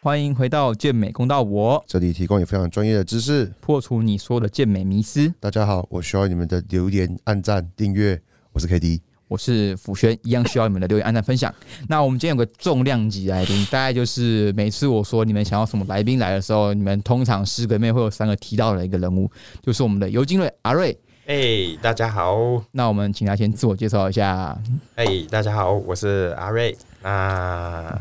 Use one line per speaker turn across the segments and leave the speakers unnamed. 欢迎回到健美公道我，
这里提供你非常专业的知识。
破除你说的健美迷思。
大家好，我需要你们的留言、按赞、订阅。我是 K D，
我是辅轩，一样需要你们的留言、按赞、分享。那我们今天有个重量级来宾，大概就是每次我说你们想要什么来宾来的时候，你们通常十个里面会有三个提到的一个人物，就是我们的尤金瑞阿瑞。
哎、大家好，
那我们请他先自我介绍一下，
哎、大家好，我是阿瑞。那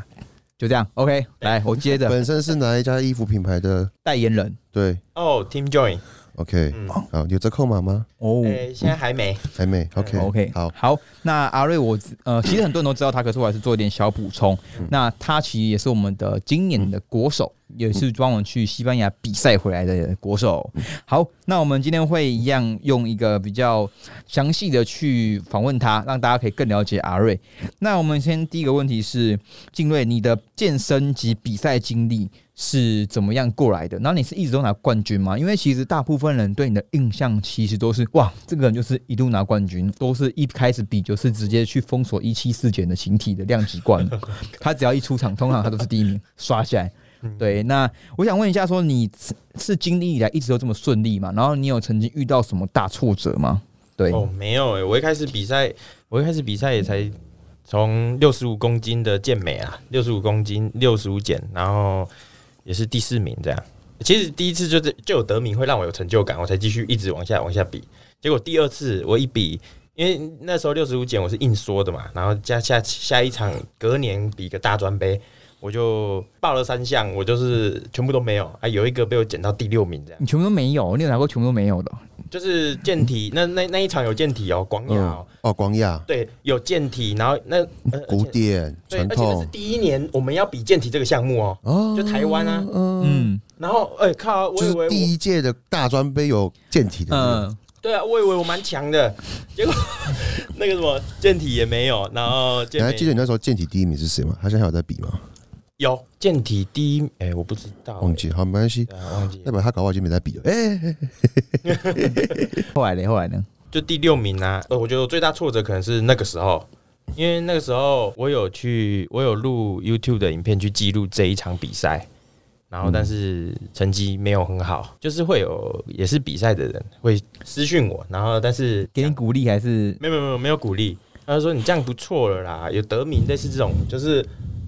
就这样。OK，来，我
啊
接着
本身是哪一家衣服品牌的？
代言人
对
哦、t e a m Join，
，OK，、
嗯
好，有折扣码吗？
哦
哎、。现在还没，
还没，OK，
OK，
好，
好，那阿瑞我知呃，其实很多人都知道他，可是我还是做一点小补充。
嗯
那他其实也是我们的今年的国手，也是帮我们去西班牙比赛回来的国手。
嗯
好，那我们今天会一样用一个比较详细的去访问他，让大家可以更了解阿瑞。那我们先第一个问题是，静瑞，你的健身及比赛经历是怎么样过来的？然后你是一直都拿冠军吗？因为其实大部分人对你的印象其实都是哇，这个人就是一路拿冠军，都是一开始比就是直接去封锁一七四减的形体的量级冠， 他只要一出场，通常他都是第一名，刷下来。
嗯
对，那我想问一下，说你是是经历以来一直都这么顺利吗？然后你有曾经遇到什么大挫折吗？对，
哦，没有哎、我一开始比赛，我一开始比赛也才从六十五公斤的健美啊，六十五公斤六十五减，然后也是第四名这样。其实第一次就是就有得名，会让我有成就感，我才继续一直往下往下比。结果第二次我一比，因为那时候六十五减我是硬缩的嘛，然后加下下一场隔年比个大专杯，我就报了三项，我就是全部都没有啊，有一个被我减到第六名这样。
你全部都没有，你有拿过全部都没有的。
就是健体，那那那一场有健体哦，广雅哦，
哦，广雅、
对，有健体，然后那、呃、而
古
且
典、
对，
传
而且那是
统，
第一年我们要比健体这个项目哦，
哦
就台湾啊，
嗯，
嗯
然后哎、靠，我
就
以
是
为我
第一届的大专杯有健体的那个，
嗯，
对啊，我以为我蛮强的，结果 那个什么健体也没有，然后
你
健
还
美
记得你那时候健体第一名是谁吗？他现在还有在比吗？
有健体第一，哎、我不知道、
忘记，好，没关系，
对啊，忘记
代
了，
表他搞不好已经没在比了。哎、哎哎
后来呢？后来呢？
就第六名啊。呃，我觉得我最大挫折可能是那个时候。因为那个时候我有去，我有录 YouTube 的影片去记录这一场比赛，然后但是成绩没有很好，就是会有也是比赛的人会私讯我，然后但是
给你鼓励还是
没有没有没有没有鼓励，他就说你这样不错了啦，有得名类似这种，就是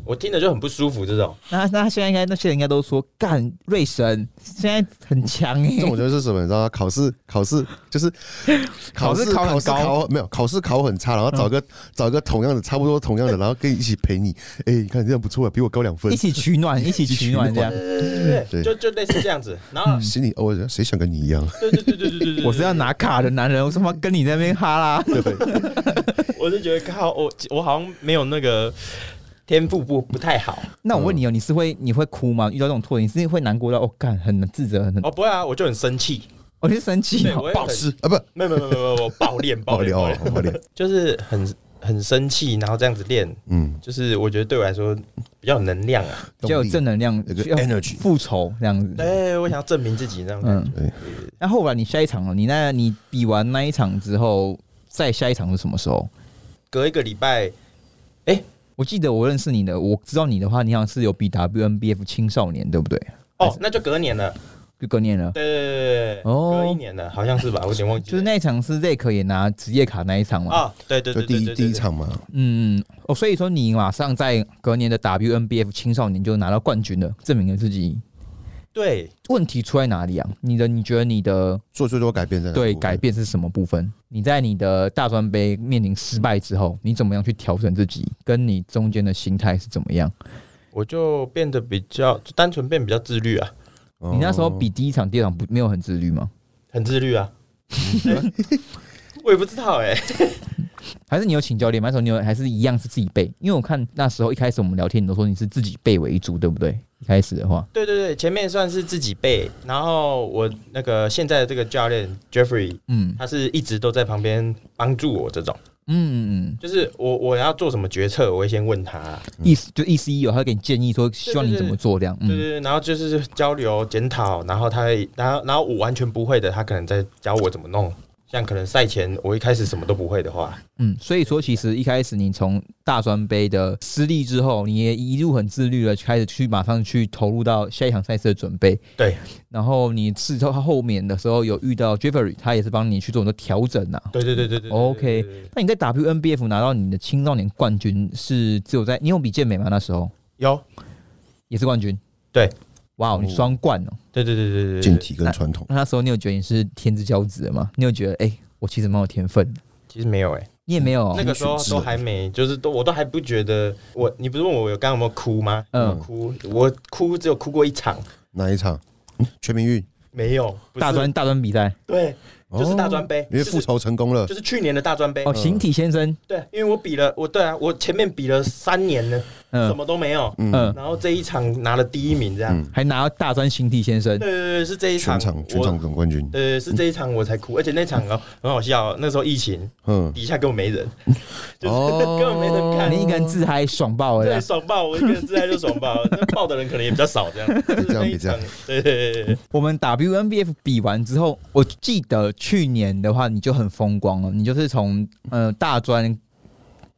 我听了就很不舒服这种。
那那现在应该那些人应该都说干瑞神现在很强哎、
这
欸，
种就是什么，你知道吗？考试考试就是
考试
试
考很
考试
高嗯
考没有考试考很差，然后找个、找个同样的差不多同样的，然后跟你一起陪你。哎、你看你这样不错，比我高两分
一，起取暖，一起取暖这样。
对对对，
对
就就类似这样子。然后
心里偶尔谁想跟你一样？
对对对对对对对，
我是要拿卡的男人，我他妈跟你在那边哈啦。
对不对？
我是觉得靠我我好像没有那个天赋不不太好。
那我问你哦，你是会你会哭吗？遇到这种挫折，你是会难过到哦干很自责，很
哦，不会啊，我就很生气，
我就生气
对，
哦。
我也
暴
很
吃啊，不
没有没有没有没有，我爆练
爆
爆练
料
爆
啊
练，，
爆料。
就是很很生气，然后这样子练，
嗯，
就是我觉得对我来说比较有能量啊。
比较有正能量，
有个
要
energy
复仇这样子。
对，我想要证明自己那种感
嗯
觉。
对，
那后来你下一场哦了，你那你比完那一场之后，再下一场是什么时候？
隔一个礼拜，
我记得我认识你的，我知道你的话，你好像是有比 WNBF 青少年，对不对？
哦，那就隔年了。
就隔年了。
对对对对对，
哦
隔一年了，好像是吧？我有点忘记了。
就是那一场是 Zack 也拿职业卡那一场嘛，
啊，对对
就
对
第
对
一
对，
第一
对，
场嘛，
嗯嗯，哦，所以说你马上在隔年的 WNBF 青少年就拿到冠军了，证明了自己。
对，
问题出在哪里啊？你的你觉得你的
做最多改变在哪
对
部分
改变是什么部分？你在你的大专杯面临失败之后，你怎么样去调整自己？跟你中间的心态是怎么样？
我就变得比较就单纯变比较自律啊，
哦
你那时候比第一场、第二场不没有很自律吗？
很自律啊。我也不知道哎、
还是你有请教练吗？那时候你有还是一样是自己背？因为我看那时候一开始我们聊天，你都说你是自己背为主，对不对？一开始的话，
对对对，前面算是自己背，然后我那个现在的这个教练 Jeffrey，
嗯
他是一直都在旁边帮助我这种，
嗯嗯。
就是我我要做什么决策，我会先问他，
意思就意思一有，他会给你建议说希望你怎么做这样。
嗯对
嗯，
对对，然后就是交流检讨，然后他会，然后然后我完全不会的，他可能在教我怎么弄。像可能赛前我一开始什么都不会的话，
嗯，所以说其实一开始你从大专杯的失利之后，你也一路很自律的开始去马上去投入到下一场赛事的准备。
对，
然后你事后后面的时候有遇到 Jeffrey，他也是帮你去做很多调整呐、
对对对对对对对
OK
对对对
啊那你在 WNBF 拿到你的青少年冠军是只有在你有比健美吗？那时候
有，
也是冠军。
对，
哇哦，你双冠哦。
对对对对对对
健
对，
体跟传统，
那那时候你有觉得你是天之骄子的吗？你有觉得哎、我其实蛮有天分的？
其实没有哎、
你也没有哦、
那个时候
群之
都
龙
还没，就是都我都还不觉得我，你不是问我有刚刚有没有哭吗？
嗯
哭，我哭只有哭过一场，
哪一场？嗯全民运，
没有不是
大专大专比赛
对，就是大专杯
因为
就是
哦复仇成功了
就，是去年的大专杯
哦，，形体先生，
对，因为我比了，我对啊，我前面比了三年了，什
嗯
么都没有，
嗯，
然后这一场拿了第一名，这样，
嗯
还拿到大专形体先生
对，对对，是这一
全
场，
场全
我
场总冠军，
呃是这一场我才哭，而且那场哦很好笑哦，那时候疫情
嗯，
底下根本没人， 就是
哦
根本没人看，
你一个人自嗨爽爆了
对，
啦。
爽爆！我一个人自在就爽爆， 那爆的人可能也比较少，这样。就是
这样
那
别
一
这样
场，对对对对，
我们 WNBF 比完之后，我记得去年的话你就很风光了，你就是从呃大专。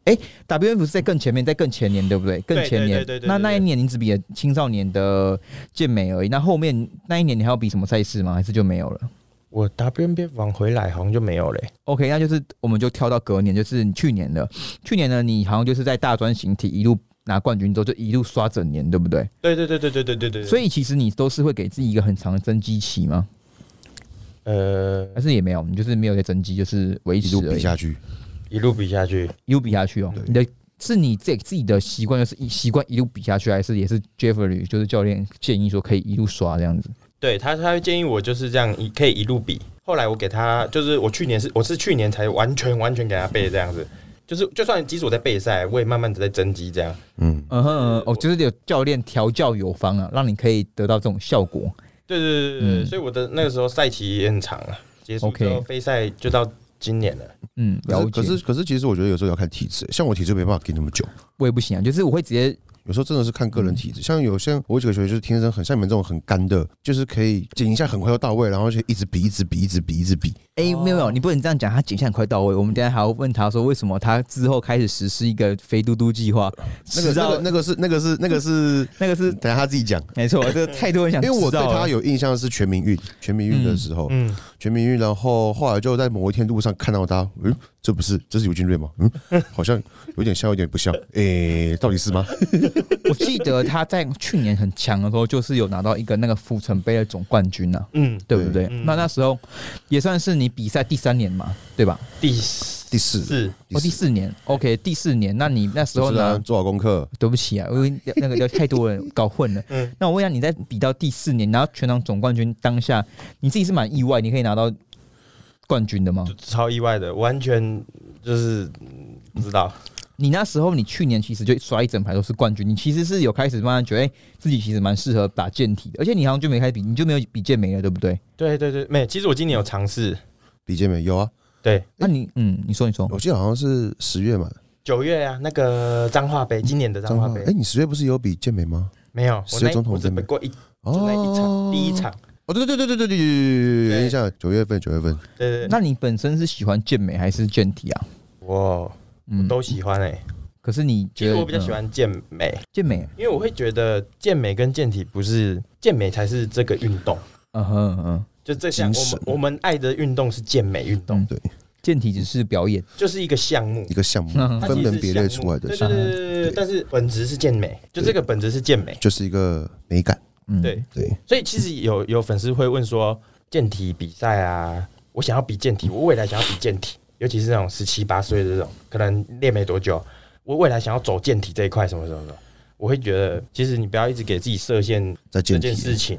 哎、w n f 是在更前面，在更前年，对不对？更前年
对对对对。对
那那一
对
年你只比了青少年的健美而已。那后面那一年你还要比什么赛事吗？还是就没有了？
我 WNBA 往回来好像就没有嘞、
OK，那就是我们就跳到隔年，就是你去年的。去年呢，你好像就是在大专形体一路拿冠军之后，就一路刷整年，对不对？
对对对对对对对对。
所
以
以其实你都是会给自己一个很长的增肌期吗？
呃，
还是也没有？你就是没有在增肌，就是维
一
持
路
而
比
已，
下去，
一路比下去，
一路比下去哦。你的是你自己自己的习惯，就是一习惯一路比下去，还是也是 Jeffrey 就是教练建议说可以一路刷这样子？
对他他会建议我就是这样一可以一路比。后来我给他就是我去年是我是去年才完全完全给他背这样子，就是就算即使我在备赛，我也慢慢的在增肌这样。
嗯，
嗯哼，嗯
我
哦，就是有教练调教有方啊，让你可以得到这种效果。
对对对对对，
嗯
所以我的那个时候赛期也很长了，结束之后
OK
非赛就到今年了。
嗯，
可
了
是
解。
可是可是，其实我觉得有时候要看体质，像我体质没办法给那么久，
我也不行啊，就是我会直接
有时候真的是看个人体
嗯
质，像有些我有几个学员就是天生很像你们这种很干的，就是可以剪一下很快就到位，然后就一直比，一直比，一直比，一直比。
哎、
哦
没有没有，你不能这样讲，他景象很快到位。我们等一下还要问他说，为什么他之后开始实施一个肥嘟嘟计划？
那个
迟
那
到
个那个是那个是那个是，
那个是
等一下他自己讲，
没错， 这个太多人想
因为我
知
对
道
他
了。
有印象是全民运，全民运的时候，
嗯，
全民运，然后后来就在某一天路上看到他，嗯，这不是这是尤金瑞吗？ 嗯，好像有点像，有点不像，诶、到底是吗？
我记得他在去年很强的时候，就是有拿到一个那个浮城杯的总冠军呢、啊，
嗯，
对不对？
对嗯
那那时候也算是你比赛第三年嘛，对吧？
第四
第四，
哦，第四年，OK，第四年。那你那时候
不是啊
呢？
做好功课，
对不起啊，因为那个有太多人搞混了。
嗯
那我问一下，你在比到第四年拿到全场总冠军当下，你自己是蛮意外，你可以拿到冠军的吗？
超意外的，完全就是嗯不知道。
你那时候，你去年其实就刷一整排都是冠军，你其实是有开始慢慢觉得，哎、自己其实蛮适合打健体的，而且你好像就没开始比，你就没有比健美了，对不对？
对对对，没，其实我今年有尝试，
比健美有啊，
对，
那、你，嗯，你说，你说，
哦
我记得好像是十月嘛，
九月啊，那个彰化杯，今年的彰化杯
哎、你十月不是有比健美吗？
没有，我
十月
那
总统
我只
杯
不过一
哦
就那一场，第一，场，
哦，对对对对对对对对，有印象，九月份九月份，
对对对，
那你本身是喜欢健美还是健体啊？
我
嗯，
都喜欢哎。
可是你
其
觉
实
得
我比较
嗯
喜、欢健美，
健美，啊
因为我会觉得健美跟健体不是健美才是这个运动，
嗯哼嗯哼，
就这项
精
我
神
们我们爱的运动是健美运动，
嗯
对，
健体只是表演，
就是一个项目
一。个 项目
嗯
它其
分
实
门
是
别类
项
出
目
来的
对
项
对
目，
对对对对，但是本质是健美，就这个本质是健美，
就是一个美感，
嗯，
对，
对，
所以其实有有粉丝会问说，健体比赛啊，我想要比健体，我未来想要比健体，尤其是那种十七八岁的这种，可能练没多久，我未来想要走健体这一块，什么什么的，我会觉得，其实你不要一直给自己设限
在
这
健
件事
体，啊
情，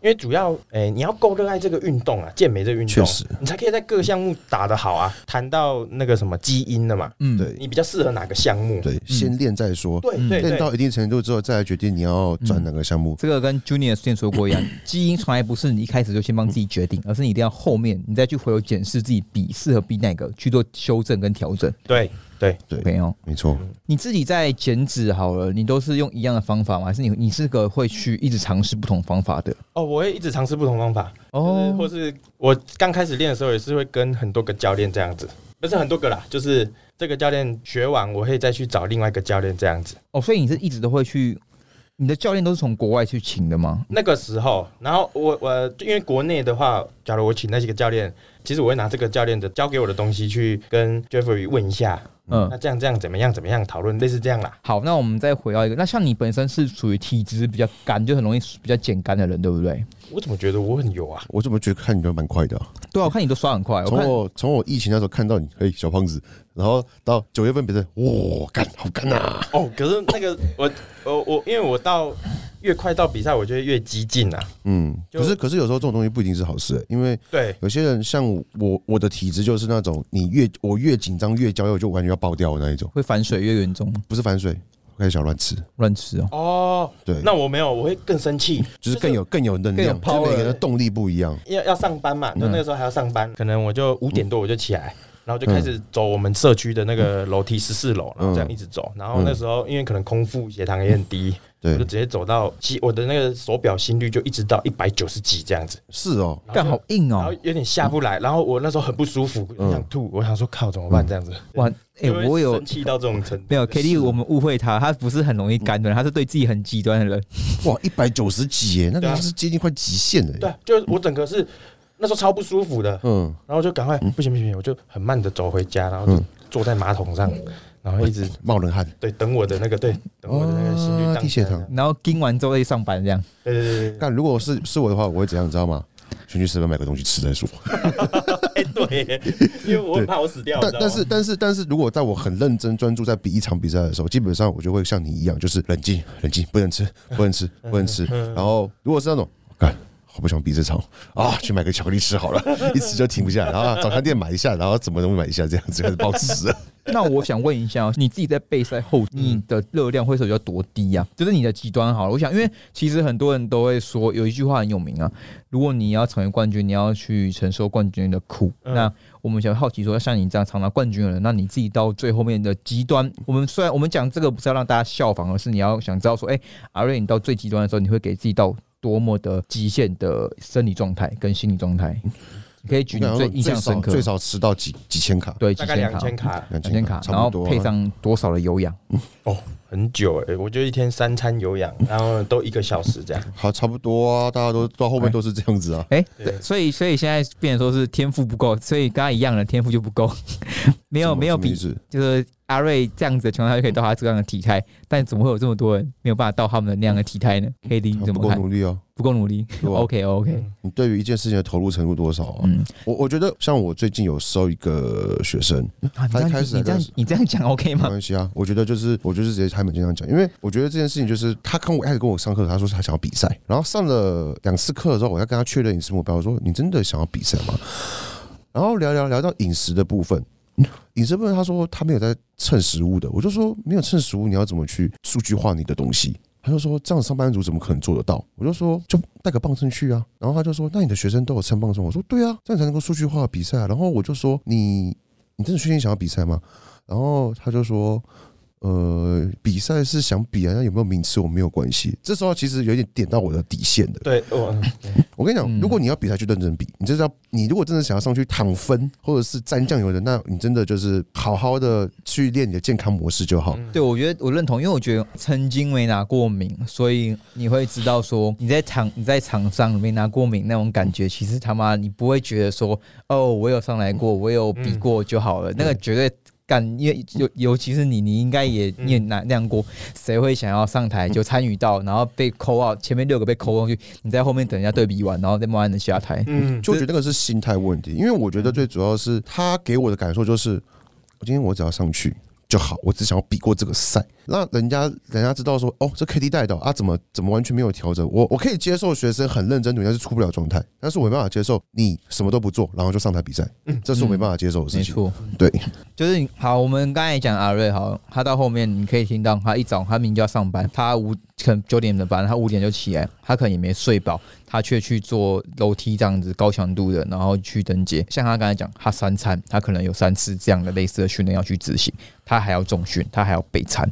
因为主要，诶、你要够热爱这个运动啊，健美这个运
确
动，
实，
你才可以在各项目打得好啊。谈到那个什么基因了嘛，
嗯，
对
你比较适合哪个项目？
对，先练再说，
对
嗯
对
练
对，
到一定程度之后再来决定你要转哪个项目。
这个跟 Junior 之前说过一样，基因从来不是你一开始就先帮自己决定，而是你一定要后面你再去回头检视自己比适合比哪个去做修正跟调整。
对，对，
嗯对
，OK 哦。
没错。
你自己在减脂好了，你都是用一样的方法吗？还是你你是个会去一直尝试不同方法的？
哦，我会一直尝试不同方法，就是呃或
哦，
是我刚开始练的时候也是会跟很多个教练这样子，不是很多个啦，就是这个教练学完，我会再去找另外一个教练这样子。
哦，所以你是一直都会去，你的教练都是从国外去请的吗？
那个时候，然后我我因为国内的话，假如我请那几个教练，其实我会拿这个教练的教给我的东西去跟 Jeffrey 问一下，
嗯
那，这样这样怎么样怎么样讨论，类似这样啦。
好，那我们再回到一个，那像你本身是属于体质比较干，就很容易比较减干的人，对不对？
我怎么觉得我很油啊？
我怎么觉得看你都蛮快的啊、
对啊，我看你都刷很快，我
从
看
我从我疫情那时候看到你，嘿，小胖子，然后到九月份变成，哇，干好干啊！
哦，可是那个我我我，因为我到越快到比赛，我就会越激进啊。
嗯，
就
可是可是有时候这种东西不一定是好事、欸因为
对，
有些人像我，我的体质就是那种你越我越紧张越焦虑，我就完全要爆掉的那一种，
会反水越严重，
不是反水，我开始想乱吃，
乱吃哦。
哦，
对，
那我没有，我会更生气，
就是更有更有能量，
更
就是
有 power
每个人的动力不一样。
要要上班
嗯
嘛，就那个时候还要上班，可能我就五点多我就起来，然后就开
嗯
始走我们社区的那个楼梯十四楼，然后这样一直走，然后那时
嗯
候因为可能空腹血糖也很低，我就
对，
直接走到心我的那个手表心率就一直到一百九十几这样子，
是哦，
啊
干好硬
然后
哦！嗯
有点下不来，然后我那时候很不舒服，很想吐，我想说靠怎么办这样子，
哇，哎、
就会
我有
生气到这种程度，
没有 K D？我们误会他，他不是很容易干的人，他是对自己很极端的人。
哇，一百九十几耶，那个
对啊
是接近快极限了耶。
对啊，就是我整个是那时候超不舒服的，
嗯，
然后就赶快不行不行，不行我就很慢的走回家，然后
嗯
就坐在马桶上，然后一直
冒冷汗，
对，等我的那个，对，等我的那个心率
哦
荡下来
低血糖
然后盯完之后再上班这样。
对对对对
但如果是是我的话，我会怎样，你知道吗？先去随便买个东西吃再说。
对，哎、对，因为我很怕我死掉，
但
你知道吗
但是但是但是如果在我很认真专注在比一场比赛的时候，基本上我就会像你一样，就是冷静冷静，不能吃不能吃不能吃。然后如果是那种干。好不想比这场啊！去买个巧克力吃好了，一吃就停不下来。然后啊早餐店买一下，然后怎么东西买一下，这样子开始 暴吃了。
那我想问一下哦，你自己在备赛后，你的热量会是有多低
嗯
啊？就是你的极端好了。我想，因为其实很多人都会说，有一句话很有名啊，如果你要成为冠军，你要去承受冠军的苦。
嗯
那我们想好奇说，像你这样常拿冠军的人，那你自己到最后面的极端，我们虽然我们讲这个不是要让大家效仿，而是你要想知道说，哎、阿瑞，你到最极端的时候，你会给自己到多么的呃极限的生理状态跟心理状态？
嗯
你可以举你最印
最
象
少
深刻
最少吃到几几千卡，
对
大
极
概
限
两
卡。
千卡
两
两千卡，然
差
后
不多啊。
配上多少的有氧？
哦，很久哎、我就一天三餐有氧，然后都一个小时这样，
好，差不多啊，大家都到后面都是这样子啊。
哎、
对
对，所以所以现在变成说是天赋不够，所以跟他一样的天赋就不够， 没有
什么
没有
什么意
比，
思
就是阿瑞这样子的情况下就可以到他这样的体态，但怎么会有这么多人没有办法到他们的那样的体态呢？K D 你
他
怎
不
么
够
看？
努力啊。
不够努力
对啊
？OK OK，
你对于一件事情的投入程度多少啊？
嗯，
我我觉得像我最近有收一个学生，
啊你这样
他一开始
你这样
还是
你这样讲 OK
没
吗？
关系啊，我觉得就是我就是直接开门见山讲，因为我觉得这件事情就是他跟我开始跟我上课，他说他想要比赛，然后上了两次课的时候，我要跟他确认饮食目标，我说你真的想要比赛吗？然后聊聊聊到饮食的部分。饮食部分，他说他没有在称食物的，我就说没有称食物，你要怎么去数据化你的东西？他就说这样上班族怎么可能做得到？我就说就带个磅秤去啊。然后他就说那你的学生都有称磅秤？我说对啊，这样才能够数据化比赛啊、然后我就说你你真的确定想要比赛吗？然后他就说。呃，比赛是想比啊，那有没有名次我没有关系。这时候其实有点点到我的底线的。
对，我
我跟你讲
嗯，
如果你要比赛，就认真比。你这是要，你如果真的想要上去躺分或者是沾酱油的，那你真的就是好好的去练你的健康模式就好。
对，我觉得我认同，因为我觉得曾经没拿过名，所以你会知道说你在场你在场上没拿过名那种感觉，其实他妈你不会觉得说哦，我有上来过，我有比
嗯
过就好了，那个绝对。干，因为尤尤其是你，你应该也
嗯
你也那那样过，谁会想要上台就参与到，然后被扣 out，前面六个被扣上去，你在后面等人家对比完，然后再慢慢的下台。
嗯，
就我觉得那个是心态问题，因为我觉
嗯
得最主要是他给我的感受就是，今天我只要上去就好，我只想要比过这个赛，让人家人家知道说，哦，这 K D 带的啊，怎么怎么完全没有调整，我我可以接受学生很认真努力，但是出不了状态，但是我没办法接受你什么都不做，然后就上台比赛，这是我没办法接
嗯
受的
没
事情。
错，
对，
就是你好，我们刚才讲阿瑞，好，他到后面你可以听到他一早他明天就要上班，他五可可能九点的班，他五点就起来，他可能也没睡饱，他却去做楼梯这样子高强度的，然后去登阶。像他刚才讲，他三餐，他可能有三次这样的类似的训练要去执行，他还要重训，他还要备餐。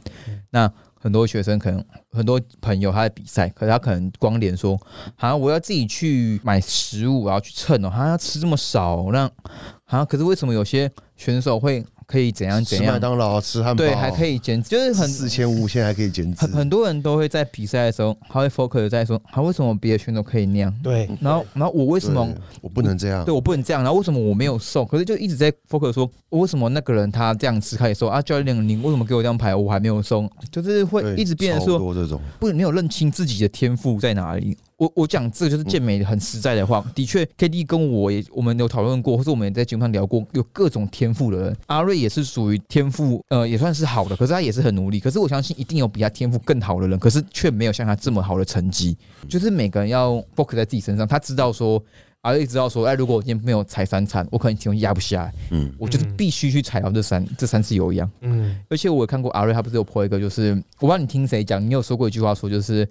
那很多学生可能很多朋友他在比赛，可是他可能光连说，啊，我要自己去买食物，我要去称哦，他要吃这么少，那啊，可是为什么有些选手会可以怎样怎
吃麦
样？
当劳、吃汉堡，
对，还可以减，就是很
四千五，现在还可以减脂
很。很多人都会在比赛的时候，他会 focus 在说，他、啊、为什么别的选手可以那样，
对，
然后然后我为
对
什么
我不能这样？
对我不能这样，然后为什么我没有瘦？可是就一直在 focus 说，为什么那个人他这样吃他也瘦啊？教练你为什么给我这样排，我还没有瘦？就是会
对
一直变成
超
说，
多这种，
不没有认清自己的天赋在哪里。我我讲这个就是健美很实在的话，的确，K D 跟我也我们有讨论过，或是我们也在节目上聊过，有各种天赋的人，阿瑞也是属于天赋，呃，也算是好的，可是他也是很努力，可是我相信一定有比他天赋更好的人，可是却没有像他这么好的成绩，就是每个人要 focus 在自己身上，他知道说。阿瑞知道说，哎，如果我今天没有踩三餐，我可能体重压不下来，
嗯，
我就是必须去踩到这三这三次有氧。
嗯，
而且我有看过阿瑞，他不是有 po 一个，就是我不知道你听谁讲，你有说过一句话说，就是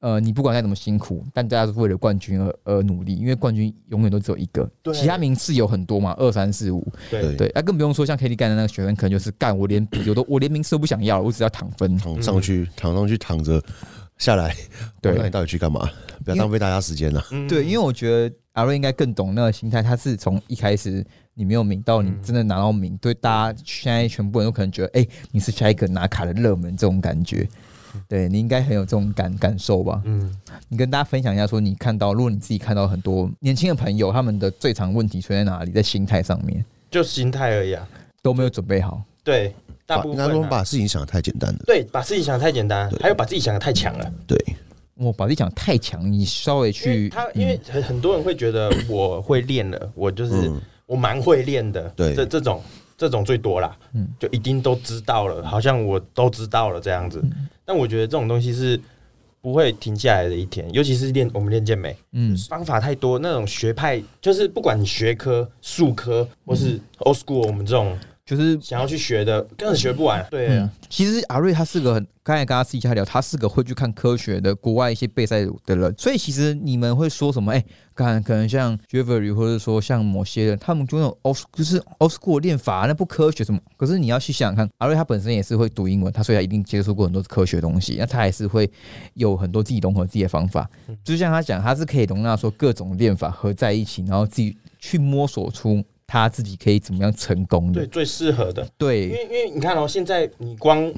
呃，你不管再怎么辛苦，但大家是为了冠军而而努力，因为冠军永远都只有一个，
对
其他名次有很多嘛，二三四五，
对，
对，那、啊更不用说像 K D 干的那个学生，可能就是干我连比我都我连名次都不想要了，我只要躺分，
躺
嗯
上去，躺上去，躺着下来。哦
对
那你到底去干嘛？不要
因为
浪费大家时间了。啊
嗯
对，因为我觉得阿瑞应该更懂那个心态，他是从一开始你没有名到
嗯
你真的拿到名，对大家现在全部人都可能觉得，哎、你是下一个拿卡的热门这种感觉，对你应该很有这种感感受吧？
嗯，
你跟大家分享一下，说你看到，如果你自己看到很多年轻的朋友，他们的最常问题出在哪里？在心态上面
就心态而已啊。
都没有准备好，
对，大
把
部
应
分、
该说
啊、
把事情想的太简单了。
对把自己想的太简单，还有把自己想的太强了。
对，
我把自己讲太强，你稍微
因为
去
他因为很很多人会觉得我会练了，我就是、
嗯
我蛮会练的，
对
这这种这种最多啦，
嗯
就一定都知道了，好像我都知道了这样子。但我觉得这种东西是不会停下来的一天，尤其是练我们练健美，
嗯
方法太多，那种学派就是不管你学科、术科或是 old school，我们这种
就是
想要去学的，根本学不完。对啊、
嗯，其实阿瑞他是个很，刚才跟他私底下聊，他是个会去看科学的国外一些备赛的人，所以其实你们会说什么？哎、看可能像 Jeffrey 或者说像某些人，他们就那种 old 就是 old school 练法，那不科学什么？可是你要去想想看，阿瑞他本身也是会读英文，他所以他一定接触过很多科学的东西，那他还是会有很多自己融合自己的方法。就像他讲，他是可以容纳说各种练法合在一起，然后自己去摸索出他自己可以怎么样成功
对，
的。
最适合的，因
对，
为因为你看哦、现在你光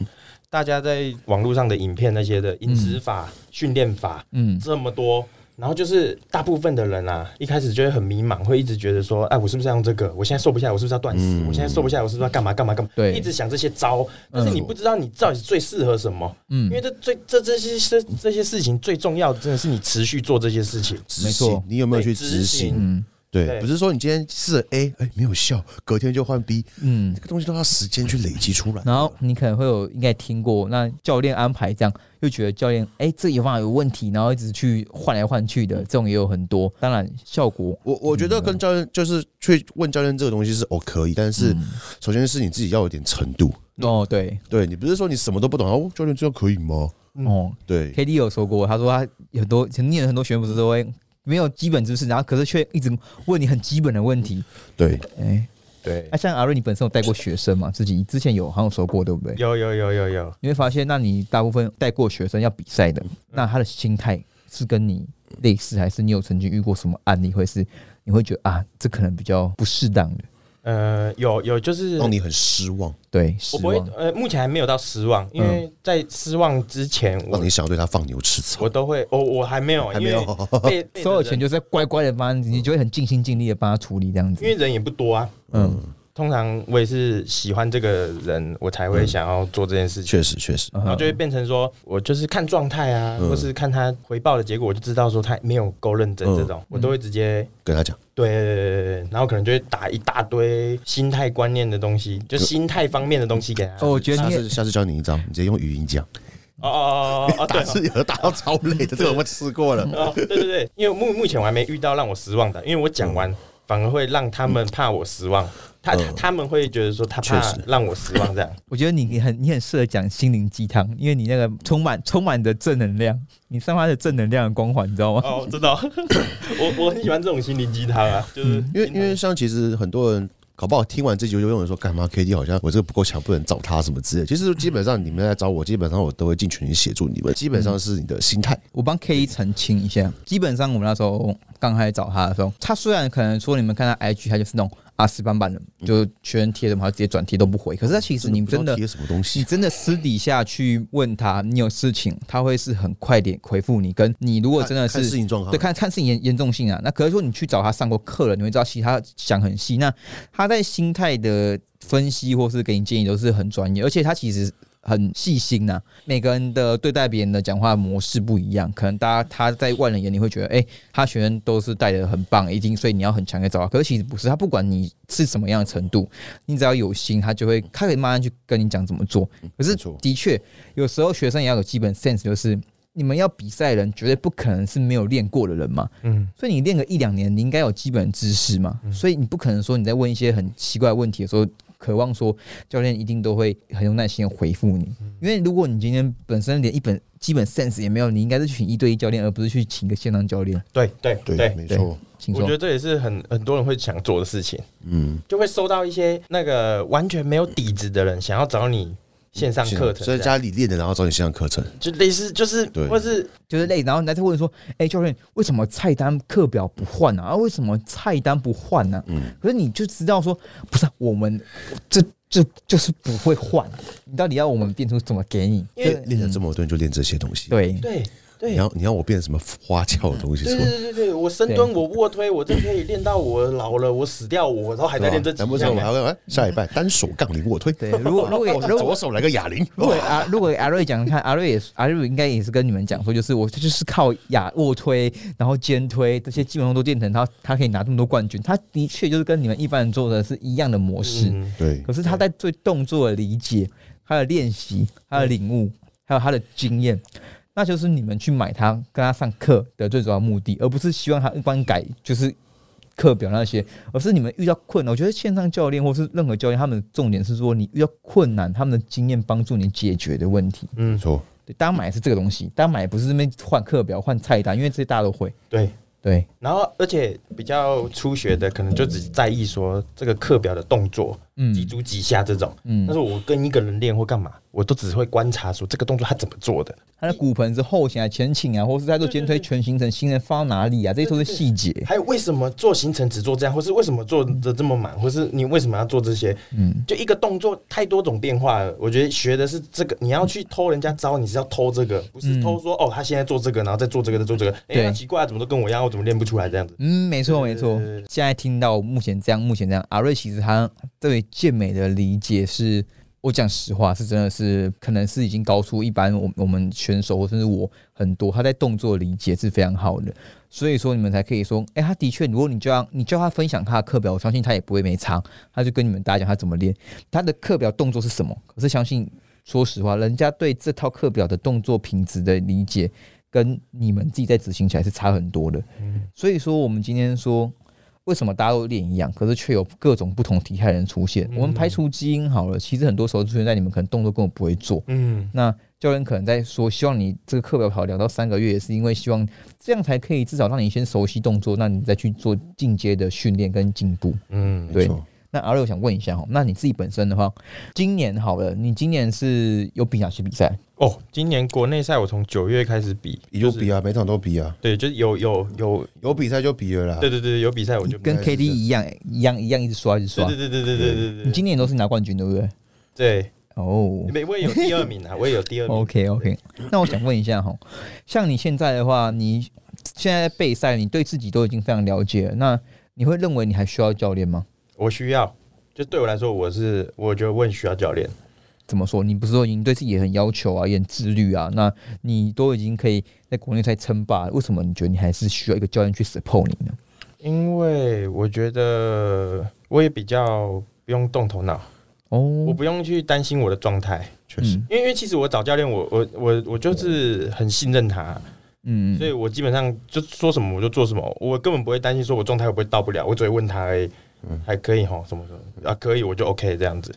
大家在网络上的影片那些的饮食法、训练、法，
嗯，
这么多，然后就是大部分的人啊，一开始就会很迷茫，会一直觉得说，哎，我是不是要用这个？我现在瘦不下来，我是不是要断食？
嗯
我现在瘦不下来，我是不是要干嘛干嘛干嘛？
对
一直想这些招，但是你不知道你到底最适合什么，
嗯
因为这最这这些这这些事情最重要的，真的是你持续做这些事情。
执
没
行
错，
你有没有去
对执
执
行
行？
嗯
对，
对
不是说你今天试了 A，哎、没有效，隔天就换 B，
嗯
这。个东西都要时间去累积出来的。
然后你可能会有应该听过，那教练安排这样，又觉得教练哎、这一方法有问题，然后一直去换来换去的，这种也有很多。当然效果
我我觉得
嗯
跟教练就是去问教练这个东西是哦可以，但是
嗯
首先是你自己要有点程度。
哦对
对你不是说你什么都不懂，哦，教练这样可以吗？
哦
嗯对，
，K D 有说过，他说他有很多念了很多学员不是都会没有基本知识，然后可是却一直问你很基本的问题。
对，
哎、
对
那、，像阿瑞，你本身有带过学生嘛？自己之前有好像有说过对不对？
有有有有有，
你会发现，那你大部分带过学生要比赛的，
嗯
那他的心态是跟你类似，还是你有曾经遇过什么案例，会是你会觉得啊，这可能比较不适当的，
呃，有有就是
让你很失望，
对，
我
失
不会
望，
呃，目前还没有到失望，因为在失望之前我
让你。想要对他放牛吃草
我。都会，我我还没有，
还
因
没
为
有
被被
所有
人
钱就是乖乖的帮你，你就会很尽心尽力的帮他处理这样子
因。为人也不多啊，
嗯，
通常我也是喜欢这个人，我才会想要做这件事情。
嗯确实，嗯确实，
嗯
然后就会变成说，我就是看状态啊，
嗯
或是看他回报的结果，我就知道说他没有够认真
嗯
这种，我都会直接
跟他讲，
对，然后可能就会打一大堆心态观念的东西，
嗯
就心态方面的东西给他。
哦，我觉得
下
你也
次下次教你一招，你直接用语音讲，
哦哦哦哦，对
啊
打字有打到超累的，这个我吃过了。
哦，对对对，
嗯
因为目目前我还没遇到让我失望的，因为我讲完反而会让他们怕我失望。他他他们会觉得说他怕
确实
让我失望这样。
我觉得你很你很适合讲心灵鸡汤，因为你那个充满充满着正能量，你散发着正能量的光环，你知道吗？
哦，真的哦、我我很喜欢这种心灵鸡汤啊，就是
因为因为像其实很多人。搞不好听完这集就用人说干嘛？K D 好像我这个不够强，不能找他什么之类的。其实基本上你们来找我，基本上我都会尽全力协助你们。基本上是你的心态，
我帮 K 澄清一下，基本上我们那时候刚开始找他的时候，他虽然可能说你们看他 IG，他就是那种阿斯板板的，就全贴什么，他直接转贴都不回。可是他其实你真的
不知道贴什么东西
你，真的私底下去问他，你有事情，他会是很快点回复你。跟你如果真的
看看事
是
情状况
对，看看事情严严重性啊，那可是说你去找他上过课了，你会知道其实他想很细。那他在心态的分析或是给你建议都是很专业，而且他其实。很细心呐、啊每个人的对待别人的讲话模式不一样，可能大家他在外人眼里会觉得，哎、他学生都是带的很棒，一定，所以你要很强烈找他。可是其实不是，他不管你是什么样的程度，你只要有心，他就会，他可以慢慢去跟你讲怎么做。可是
嗯没错
的确，有时候学生也要有基本 sense，就是你们要比赛的人绝对不可能是没有练过的人嘛。
嗯，
所以你练个一两年，你应该有基本知识嘛。
嗯
所以你不可能说你在问一些很奇怪的问题的时候，渴望说教练一定都会很有耐心的回复你。
嗯
因为如果你今天本身连一本基本 sense 也没有，你应该是去请一对一教练，而不是去请一个线上教练。
对对
对，
对，
没
对
错，，
请
我
说
觉。得这也是很很多人会想做的事情，
嗯，
就会收到一些那个完全没有底子的人想要找你线上课程这
啊所以
样，
家里练的，然后找你线上课程，
就类似就是
对
或是
就是累，然后人家在问说：“哎、教练，为什么菜单课表不换呢、啊？啊，为什么菜单不换呢、嗯，可是你就知道说，不是啊、我们这这就是不会换，啊你到底要我们变出怎么给你？
因为
对
练了这么多，你就练这些东西。，
对，
对对
你要你要我变什么花俏的东西？
对
什
对
么
对对对，我深蹲，我卧推，我这可以练到我老了，我死掉，我都还在练这
对吧
几
难不成
项
我还
啊。
会哎下礼拜单手杠铃卧推？哦
对如 果如果
或者
如果
左手来个哑铃，
如果阿如果阿瑞讲看，阿瑞也是阿瑞应该也是跟你们讲说，就是我就是靠仰卧推，然后肩推这些基本动作练成，他他可以拿这么多冠军，他的确就是跟你们一般人做的是一样的模式。
嗯，
对
可是他在 对动作的理解、他的练习、他的领悟，还有他的经验，那就是你们去买他、跟他上课的最主要目的，而不是希望他一般改就是课表那些，而是你们遇到困难。我觉得线上教练或是任何教练，他们的重点是说你遇到困难，他们的经验帮助你解决的问题。
没错，
对，大家买的是这个东西，大家买的不是这边换课表、换菜单，因为这些大家都会。
对。
对，
然后，而且比较初学的，可能就只在意说这个课表的动作，
嗯
几组几下这种。
嗯
但是我跟一个人练或干嘛，我都只会观察说这个动作他怎么做的，
他的骨盆是后倾啊、前倾啊，或是在做肩推、全形成、新人放到哪里啊，这些都是细节。
还有为什么做行程只做这样，或是为什么做的这么满，或是你为什么要做这些？
嗯，
就一个动作太多种变化了。我觉得学的是这个，你要去偷人家招，你是要偷这个，不是偷说、哦，他现在做这个，然后再做这个，再做这个。哎、
嗯对
那奇怪，怎么都跟我一样，我怎么练不出来这样子？
嗯，没错
对
没错
对对对。
现在听到目前这样，目前这样，阿瑞其实他对健美的理解是，我讲实话是真的是，可能是已经高出一般我我们选手或甚至我很多。他在动作理解是非常好的，所以说你们才可以说，哎、他的确，如果你就让你叫他分享他的课表，我相信他也不会没差，他就跟你们大家讲他怎么练，他的课表动作是什么。可是相信，说实话，人家对这套课表的动作品质的理解。跟你们自己在执行起来是差很多的，所以说，我们今天说，为什么大家都练一样，可是却有各种不同体态的人出
嗯
现？我们排除基因好了，其实很多时候出现在你们可能动作根本不会做。
嗯，
那教练可能在说，希望你这个课表跑两到三个月，也是因为希望这样才可以至少让你先熟悉动作，那你再去做进阶的训练跟进步。
嗯，
对
没错。
那阿瑞，我想问一下哈，那你自己本身的话，今年好了，你今年是有比哪些比赛？
哦，今年国内赛我从九月开始比，
有
就是
比啊，每场都比啊，
对，就是有有有，
有比赛就比了啦。
对对对，有比赛我就
啊跟
应该是
KD 一样，一样一样一直刷一直
对
刷
对。对对对对对
你
对
今年都是拿冠军，对不对？
对，
哦，
对我也有第二名啊，我也有第二名。
OK OK，那我想问一下哈，像你现在的话，你现在在备赛，你对自己都已经非常了解了，那你会认为你还需要教练吗？
我需要，就对我来说，我是我觉得问需要教练。
怎么说？你不是说你对自己也很要求啊，也很自律啊？那你都已经可以在国内赛称霸了，为什么你觉得你还是需要一个教练去 support 你呢？
因为我觉得我也比较不用动头脑，我
哦，
不用去担心我的状态，
确实，
嗯
因为因为其实我找教练，我我我我就是很信任他，
嗯
所以我基本上就说什么我就做什么，我根本不会担心说我状态会不会到不了，我只会问他而已。
嗯
还可以吼，什么什么啊，可以我就 OK 这样子。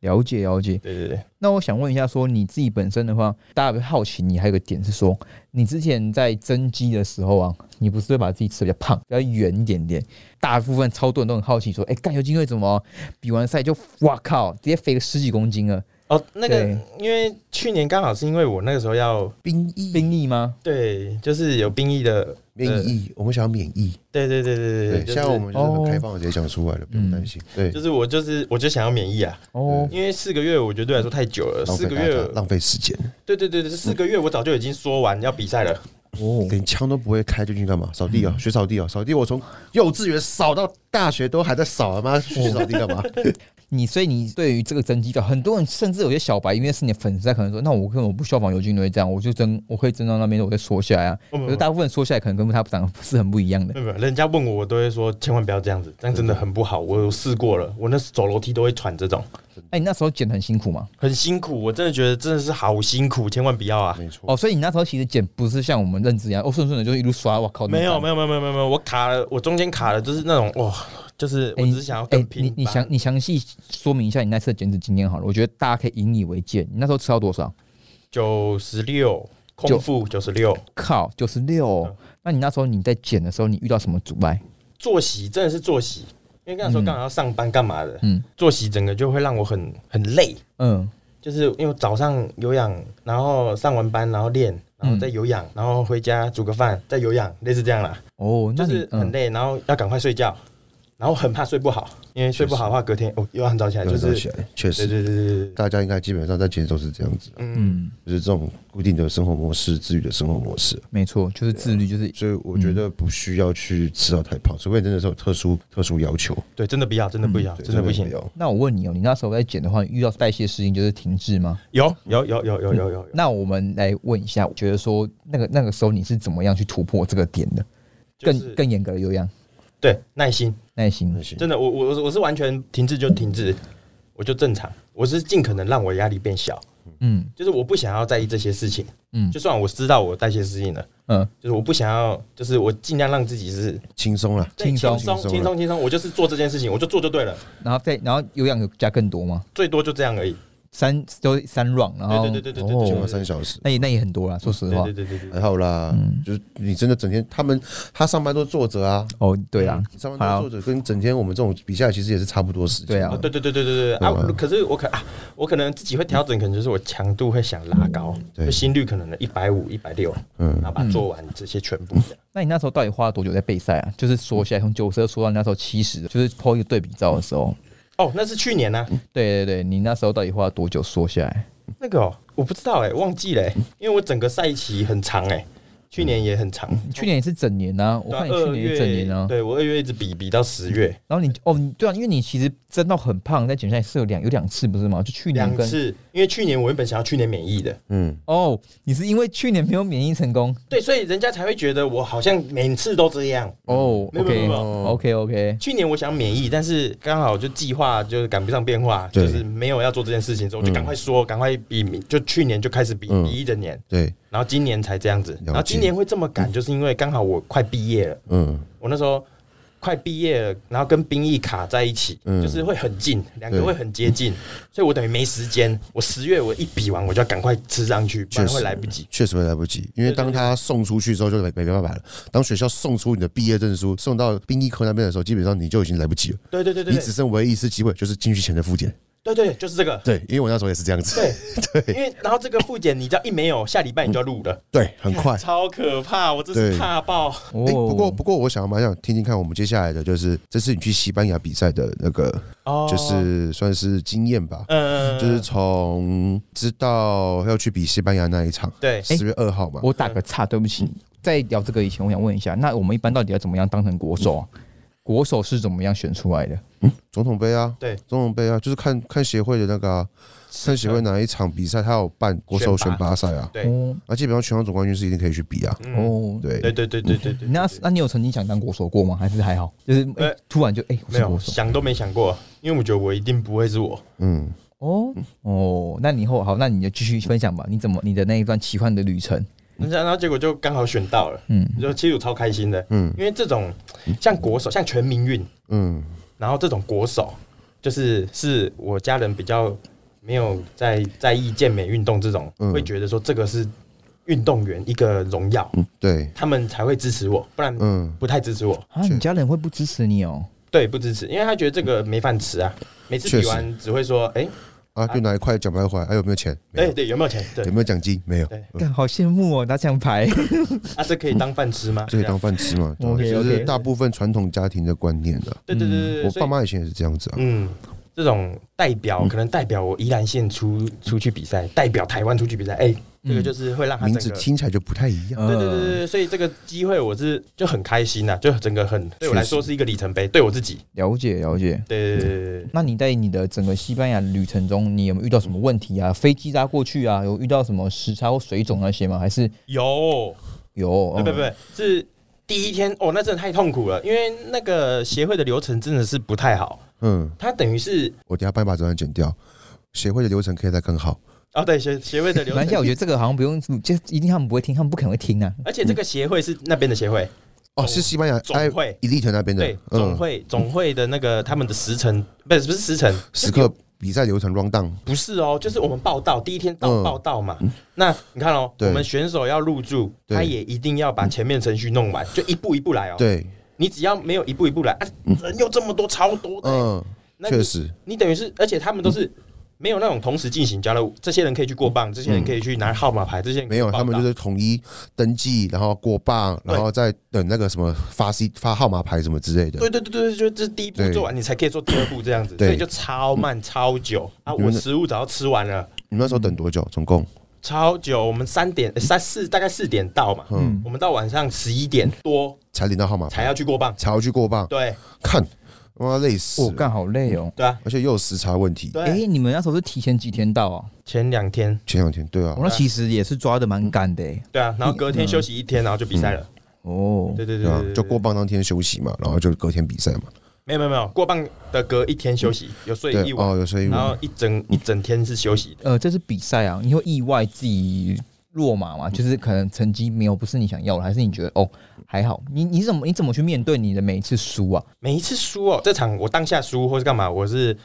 了解了解。
对对对，
那我想问一下，说你自己本身的话，大家比较好奇你还有个点是说，你之前在增肌的时候啊，你不是会把自己吃得比较胖、比较圆一点点？大部分超多人都很好奇说，哎、干有机会怎么比完赛就哇靠，直接肥个十几公斤了？
哦，那个
对
因为去年刚好是因为我那个时候要
兵役，
兵力吗？
对，就是有兵役的，
免疫，我们想要免疫。
对对对
对，
对对，
现在我们就是很开放，直接讲出来了，不用
嗯
担心。对
就，是我就是我就想要免疫啊，
哦，
因为四个月我觉得对来说太久了，
浪
四
费
啊
个
大
月嗯
家，浪费时间，
对对
嗯
对对，四个月我早就已经说完要比赛了，
哦，
连枪都不会开就去干嘛？扫地啊，学扫地啊，扫地！我从幼稚园扫到大学都还在扫，他啊妈学扫地干嘛？
你所以你对于这个增肌的，很多人甚至有些小白，因为是你的粉丝，他可能说，那我根本不需要防油精类这样，我就增，我可以增到那边，我再缩下来啊。
不不
可是大部分缩下来可能跟他长得是很不一样的
没。有没有，人家问我，我都会说千万不要这样子，这样真的很不好。我有试过了，我那时走楼梯都会喘，这种
哎、你那时候减得很辛苦吗？
很辛苦，我真的觉得真的是好辛苦，千万不要啊！
没错，
哦，所以你那时候其实减不是像我们认知一样，哦，顺顺的就一路刷，我靠，
没有
有，
没有没有没有没有没有，我卡了，我中间卡了，就是那种哇，就是我
哎
只是想要
哎、
更拼
你
吧。
你详你详细说明一下你那次的减脂经验好了，我觉得大家可以引以为戒。你那时候吃到多少？
九十六
就
空腹九十六，
靠，九十六
嗯。
那你那时候你在减的时候，你遇到什么阻碍？
作息真的是作息，因为那时候
嗯
刚好要上班干嘛的，
嗯
作息整个就会让我很很累，
嗯，
就是因为早上有氧，然后上完班然后练，然后再有氧，然后回家煮个饭再有氧，类似这样啦。
哦，那
就
你
是很累，然后要赶快睡觉，然后很怕睡不好，因为睡不好的话，隔天哦又要很早起来，就
有
是
早起来，确
对
实，
对对对对，
大家应该基本上在节奏是这样子，
嗯，
嗯，
就是这种固定的生活模式、自律的生活模式。
没错，就是
啊
自律，就是
所以我
嗯
觉得不需要去吃到太胖，除非你真的是有特殊特殊要求，
对，真的不要，真的不要，
嗯对
真的不行。
要。
那我问你哦，你那时候在减的话，遇到代谢适应就是停滞吗？
有有有有有有有，
那我们来问一下，我觉得说那个那个时候你是怎么样去突破这个点的？
就是
更更严格的有氧
对耐心，
耐心
那，行，
真的，我我我是完全停滞就停滞，我就正常，我是尽可能让我压力变小，
嗯
就是我不想要在意这些事情，
嗯
就算我知道我代谢适应了，
嗯，
就是我不想要，就是我尽量让自己是
轻松啦，
对
轻松
轻
轻松
松轻松轻松，我就是做这件事情，我就做就对了，
然后再然后有氧有加更多吗？
最多就这样而已。
三都三 round，然后
对对对对对
哦
对
起码三小时。
那也那也很多啦，说实
嗯对
话
对，对对对，
还好啦，
嗯
就是你真的整天，他们他上班都坐着啊，
哦对
嗯
啦，
上班
好
都坐着，跟整天我们这种比下来其实也是差不多时间。
对啊
哦，对对对对对对
对
啊
吧！
可是我可啊，我可能自己会调整，可能就是我强度会想拉高，
对
就心率可能一百五、一百六，
嗯
然后把它做完这些全部这样。
那你那时候到底花了多久在备赛啊？就是说起来从九十二说到你那时候七十，就是抛一个对比照的时候，
哦，那是去年呢，
对对对，你那时候到底花了多久说下来？
那个哦，我不知道哎，忘记了欸，因为我整个赛期很长哎，去年也很长，
你嗯去年也是整年啊，我
对啊
看你去
二
年也整年
月，
啊。
对我二月一直比比到十月，
然后你哦，你对啊，因为你其实增到很胖，在减下来是有两有两次不是吗？就去年
两
跟
次，因为去年我原本想要去年免疫的，
嗯，
哦，你是因为去年没有免疫成功
对，所以人家才会觉得我好像每次都这样。
哦。
嗯没有没有
OK
没有
OK OK，
去年我想免疫，但是刚好就计划就是赶不上变化，
对
就是没有要做这件事情，所以我就赶快
嗯
说，赶、快比，就去年就开始比，
嗯
比一整年，
对，
然后今年才这样子，
解
然后今年会这么
嗯
赶，就是因为刚好我快毕业了，
嗯，
我那时候快毕业了，然后跟兵役卡在一起，
嗯
就是会很近，两
对
个会很接近，所以我等于没时间，我十月我一比完，我就要赶快吃上去，不
确
然
实
会来不及。
确实会来不及，因为当他送出去之后就没没办法了。当学校送出你的毕业证书，送到兵役科那边的时候，基本上你就已经来不及了，
对对对对
你
对
只剩唯一一次机会就是进去前的复检。
对对，就是这个。
对，因为我那时候也是这样子，
对因为然后这个复检，你只要一没有，下礼拜你就要录了，
对，很快。
超可怕，我真
嗯对
是怕爆。
哦，
哎、不过不过，我想蛮想听听看我们接下来的，就是这次你去西班牙比赛的那个，
哦
就是算是经验吧，
嗯，
就是从知道要去比西班牙那一场，
对
十月二号嘛，
我打个岔，对不起。在聊这个以前，我想问一下，那我们一般到底要怎么样当成国手啊？国手是怎么样选出来的？
总统杯啊，
对
总统杯啊，就是看看协会的那个、啊，看协会哪一场比赛，他有办国手选拔赛啊，
对嗯
哦
那基本上全场总冠军是一定可以去比啊，
哦，
对，
对对对对对对，
你那那你有曾经想当国手过吗？还是还好？就是哎
呃
突然就哎，我
没
是
有
国手
想都没想过，因为我觉得我一定不会是我。
嗯，
哦哦，那你以后好，那你就继续分享吧。你怎么你的那一段奇幻的旅程？
嗯
人家然后结果就刚好选到了，
嗯
就其实我超开心的，
嗯
因为这种像国手，像全民运，
嗯，
然后这种国手，就是是我家人比较没有在在意健美运动这种，
嗯
会觉得说这个是运动员一个荣耀，
嗯，对，
他们才会支持我，不然
嗯，
不太支持我。
啊，你家人会不支持你哦？
对，不支持，因为他觉得这个没饭吃啊。每次
确
比
实
完只会说，哎、
啊，就拿一块奖牌回来，还有没有钱？没
哎、
有，
对，有没有钱？对
有，没有奖金？没有
对，
嗯
干，好羡慕哦，拿奖牌。
啊，这可以当饭吃吗？
这可以
这样
当饭吃嘛？
嗯
对吧
OK，OK
就是大部分传统家庭的观念的。
对对对对对，
我
所以
爸妈以前也是这样子啊，
嗯，这种代
嗯
表可能代表我宜兰县出出去比赛，代表台湾出去比赛，哎、这个就是会让
嗯
他
名
整
字呃
个。
听起来就不太一样。
对对对对
嗯，
对，所以这个机会我是就很开心呐、啊就整个很对我来说是一个里程碑，对我自己。
了解了解。
对
嗯
对对对对，
那你在你的整个西班牙旅程中，你有没有遇到什么问题啊？飞机搭过去啊，有遇到什么时差或水肿那些吗？还是
有，
有？哦
不不不，
哦
是第一天哦，那真的太痛苦了，因为那个协会的流程真的是不太好，
嗯，
它等于是
我等一下帮你把这段剪掉。协会的流程可以再更好。
哦，对协协会的流
马来西亚，我
程，
觉得这个好像不用，就一定他们不会听，他们不可能会听啊。
而且这个协会是那边的协会，
哦，
总
是西班牙
总会
伊利特那边的
对，总
嗯，
会总会的那个他们的时辰，不是不是时辰，
时刻比赛流程 round down。
不是哦，就是我们报道第一天到
嗯
报道嘛。那你看哦，
对
我们选手要入住，
对
他也一定要把前面程序弄完，就一步一步来哦。，
对，
你只要没有一步一步来，啊、人又这么多，超多的，
嗯，
那
确
你
实，嗯
你等于是，而且他们都是。没有那种同时进行交流，这些人可以去过磅，这些人可以去拿号码牌，这些人可
没
以
有，
报
他们
道
就是统一登记，然后过磅，
对
然后再等那个什么发 C 发号码牌什么之类的。
对对对对，就这第一步
对
做完，你才可以做第二步这样子，
对嗯
所以就超慢超久啊！
你
我
们的
食物早就吃完了，
你们那时候等多久？总共？
超久，我们三点呃三四大概四点到嘛，
嗯，
我们到晚上十一点多
才领到号码
才
牌，
要去过磅。
才要去过磅，
对
看，妈累死
我
了，
干好累哦。
对啊，
而且又有时差问题。
对啊。
哎、你们那时候是提前几天到啊？
前两天
前两天，对啊
我，那
哦
其实也是抓的蛮赶的、欸、
对啊，然后隔天休息一天，然后就比赛了。
哦。
嗯对对
对
对
啊
对，，
嗯就过磅当天休息嘛，然后就隔天比赛嘛。
没有没有没有过磅的隔一天休息，有睡
对
一，晚，
哦，有睡一
然
晚。
后一整一整天是休息的。
呃，这是比赛啊，你会意外自己落马
嗯
嘛？就是可能成绩没有不是你想要的，还是你觉得哦还好？你你怎么你怎么去面对你的每一次输啊？
每一次输哦，这场我当下输或是干嘛，我是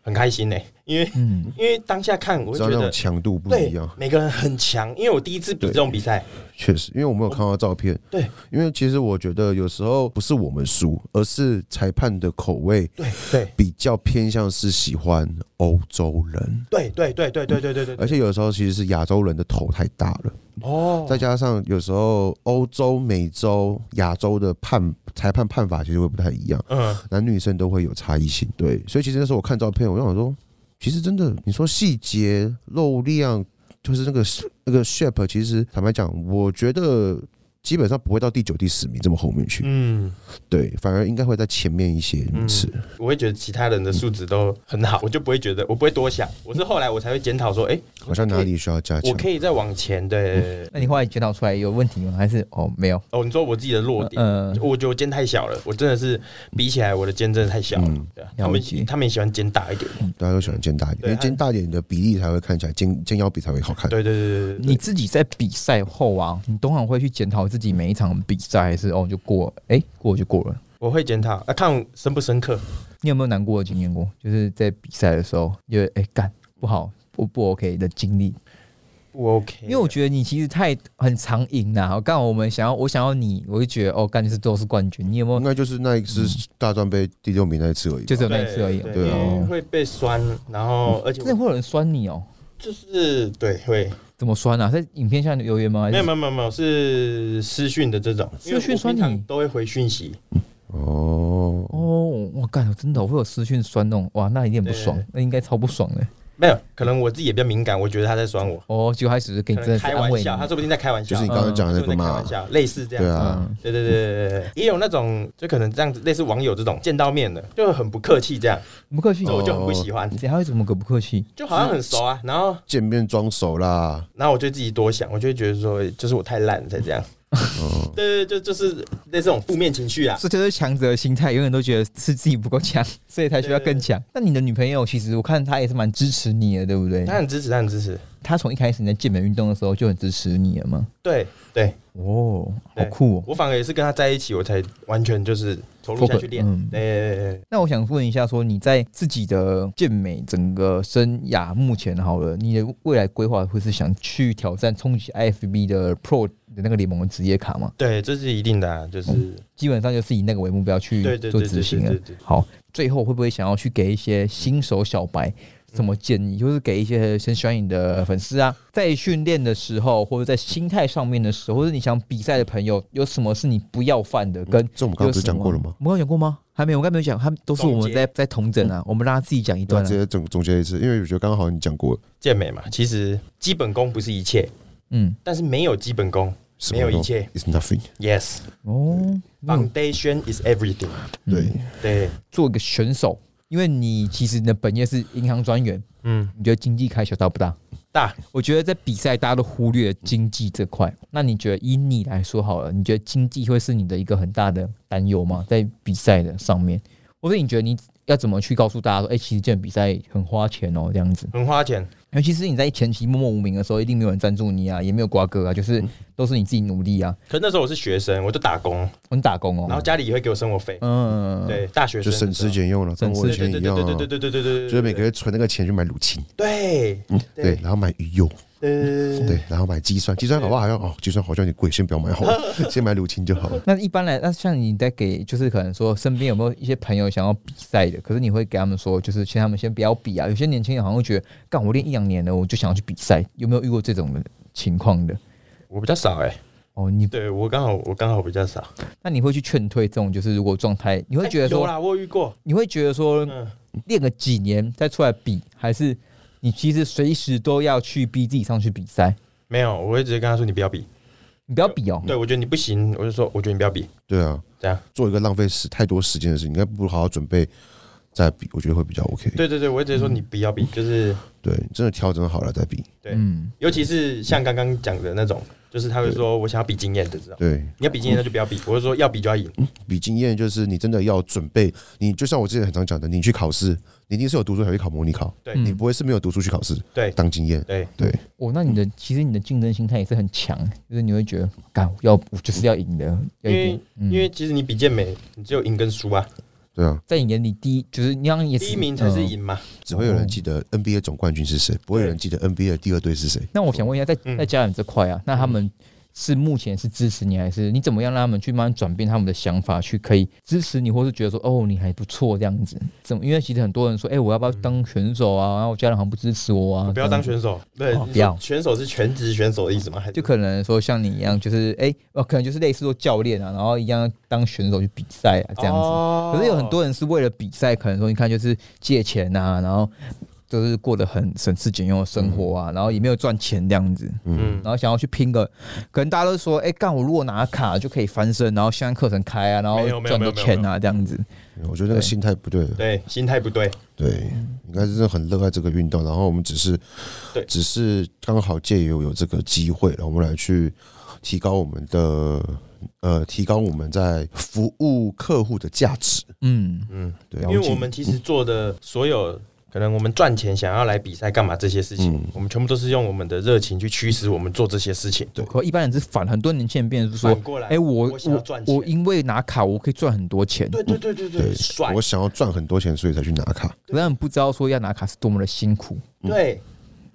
很开心呢，因为
嗯，
因为当下看我
知道
会觉
那种
得
强度不
对
一样，
每个人很强，因为我第一次比这种比赛，
确实，因为我没有看到照片。
对，
因为其实我觉得有时候不是我们输，而是裁判的口味
对对
比较偏向是喜欢欧洲人，
对对对对对对对对
而
对，
且有时候其实是亚洲人的头太大了，
哦
再加上有时候欧洲、美洲、亚洲的判裁判判法其实会不太一样，
嗯，
男女生都会有差异性。对，所以其实那时候我看照片，我就想说，其实真的，你说细节肉量，就是那个那个 shape，其实坦白讲，我觉得基本上不会到第九、第十名这么后面去，
嗯，
对，反而应该会在前面一些名次。
我会觉得其他人的素质都很好，我就不会觉得我不会多想，我是后来我才会检讨
嗯
说，哎，
好像哪里需要加
我
强。
可以再往前的。
那你后来检讨出来有问题吗？还是哦没有？
哦，你说我自己的弱点，
呃，
我觉得我肩太小了，我真的是比起来我的肩真的太小了。
嗯
对啊，他们
了解嗯
他们也喜欢肩大一点。
大家都喜欢肩大一点，
对
因为肩大一点的比例才会看起来肩肩腰比才会好看。
对对对对对
你自己在比赛后啊，你通常会去检讨自己每一场比赛，还是哦就过了？哎、过就过了。
我会检讨啊，看深不深刻。
你有没有难过的经验过？就是在比赛的时候，因为哎干不好，不不 OK 的经历，
不 OK，
因为我觉得你其实太很常赢啦。刚好我们想要我想要你，我就觉得哦干就是都是冠军。你有没
应
有
该就是那一次
嗯
大专杯第六名那一次而已吧。
就只有那
对
一次而已？哦
对
对啊
因为会被酸，然后而且
真的会有人酸你哦？
就是对会
怎么酸啊？在影片下留言吗？还
没有
是
没有没有没有是私讯的这种，因为
私讯
我
酸
平常
你
都会回讯息，
哦，
哦，我干，真的我会有私讯酸那种，哇，那一定很不爽
对，
那应该超不爽的。
没有可能我自己也比较敏感，我觉得他在酸我，
哦，结果他只是给你
可
真的
能
是
开
安
玩
慰
笑，他
你。
说不定在开玩
就
笑，
是你
嗯
刚刚讲的
说
那
不
个
定在开
嘛
玩，笑，类似这样
对
子。
啊，
嗯，
对对对对对，也有那种就可能这样子，类似网友这种见到面的就很不客气这样，
不客气
这
哦
我就很不喜欢，
你还会怎么个不客气？
就好像很熟啊，然后
见面装熟啦，
然后我就自己多想，我就会觉得说，就是我太烂了才这样，
哦，
对对对，就就是类似这种负面情绪啊，
这就是强者的心态，永远都觉得是自己不够强， 所以才需要更强。那你的女朋友其实我看她也是蛮支持你的，对不对？
他很支持，他很支持，
他从一开始你在健美运动的时候就很支持你了吗？
对对，
哦，好
对
酷哦！
我反而也是跟他在一起，我才完全就是投入下去练
Focus，嗯。
对对对对
那我想问一下，说你在自己的健美整个生涯目前好了，你的未来规划会是想去挑战冲击 IFB 的 Pro 的那个联盟的职业卡吗？
对，这是一定的、啊，就是、
嗯
基本上就是以那个为目标去
对对
做
对对
执
对
行
啊
对
了。
对。
好，最后会不会想要去给一些新手小白什么建议，就是给一些很喜欢你的粉丝啊，在训练的时候，或者在心态上面的时候，或者你想比赛的朋友，有什么是你不要犯的？跟
这我们刚刚不是讲过了吗？
我们刚刚讲过吗？还没有，我刚才没有讲，他们都是我
总
们
结
在在同整啊，我们让他自己讲一
那
段、
直
啊。
接总总结一次，因为我觉得刚刚好像你讲过了，
健美嘛，其实基本功不是一切，
嗯，
但是没有基本功
什
没
么
有
都
一切。
is nothing。
，yes，
哦，嗯
foundation is everything。
对，
对，
做一个选手，因为你其实你的本业是银行专员，
嗯，
你觉得经济开销大不大？
大
我觉得在比赛大家都忽略经济这块，那你觉得以你来说好了，你觉得经济会是你的一个很大的担忧吗？在比赛的上面，或者你觉得你要怎么去告诉大家说，哎、其实这种比赛很花钱哦，这样子。
很花钱，
尤其是你在前期默默无名的时候，一定没有人赞助你啊，也没有瓜哥啊，就是
嗯
都是你自己努力啊，
可是那时候我是学生，我就打工，
很打工哦。
然后家里也会给我生活费。
嗯，
对，大学
就省
生
吃
俭，
俭用了，跟我以
对
前
对
一
对
样
对对
啊
对，对对对对，
就是每个月存那个钱去买乳清，
对
对，嗯然后买鱼油，
对
对，然后买肌酸，肌酸搞不好好像哦，肌酸好像有点贵，先不要买好 了，先买乳清就好了。
那一般来，那像你在给，就是可能说身边有没有一些朋友想要比赛的，可是你会给他们说，就是请他们先不要比啊。有些年轻人好像会觉得，干我练一两年了，我就想要去比赛，有没有遇过这种的情况的？
我比较少哎，
哦，你
对我刚好我刚好比较少，
那你会去劝退这种，就是如果状态，你会觉得
哎有
说，
啦，我有遇过，
你会觉得说
嗯，
练个几年再出来比，还是你其实随时都要去逼自己上去比赛？
没有，我会直接跟他说你不要比，
你不要比哦，
对我觉得你不行，我就说我觉得你不要比，
对啊，
这样，
做一个浪费时太多时间的事情，应该不如好好准备再比，我觉得会比较 OK。
对对对，我会直接说你不要比，就是
对，真的调整好了再比。
对
嗯，
尤其是像刚刚讲的那种，就是他会说我想要比经验的，知道吗？
对，
你要比经验那就不要比，我就说要比就要赢，
嗯
比经验就是你真的要准备，你就像我之前很常讲的，你去考试，你一定是有读书才会考模拟考，
对
你不会是没有读书去考试
对
当经验。
对
嗯对，
哦，那你的其实你的竞争心态也是很强，就是你会觉得，干我要我就是要赢的，要
因
一
为
定。嗯哎
因为其实你比健美，你只有赢跟输啊，
对啊，
在你眼里，第一就是你让你也嗯是
第一名才是赢嘛，
只会有人记得 NBA 总冠军是谁，不会有人记得 NBA 的第二队是谁。
那我想问一下，在
嗯
在家人这块啊，那他们是目前是支持你，还是你怎么样让他们去慢慢转变他们的想法，去可以支持你，或是觉得说哦你还不错这样子？怎么？因为其实很多人说，哎、我要不要当选手啊？然后我家人好像不支持我啊，
我不要
这样
当
子。
选手，对
哦，不要
选手是全职选手的意思吗？还是
就可能说像你一样，就是哎，哦、可能就是类似做教练啊，然后一样当选手去比赛啊，这样子。
哦
可是有很多人是为了比赛，可能说你看就是借钱啊，然后就是过得很省吃俭用的生活啊，然后也没有赚钱这样子。
嗯
然后想要去拼个，可能大家都说，哎、干我如果拿卡就可以翻身，然后线上课程开啊，然后
没有没有
赚
没
个
有
钱啊，这样子。
我觉得那个心态不对，
对心态不对，
对，嗯应该是真的很热爱这个运动，然后我们只是
对
只是刚好借由有这个机会，然后我们来去提高我们的呃，提高我们在服务客户的价值。
嗯，
嗯，
对，
因为我们其实做的所有。可能我们赚钱想要来比赛干嘛这些事情，
嗯
我们全部都是用我们的热情去驱使我们做这些事情。
可一般人是反，很多年轻人变成是说
反，过来，
哎、我
我想要赚钱
我因为拿卡我可以赚很多钱，
对对对对对，
对
帅
我，想要赚很多钱，所以才去拿卡。
可是他们不知道说要拿卡是多么的辛苦。
对，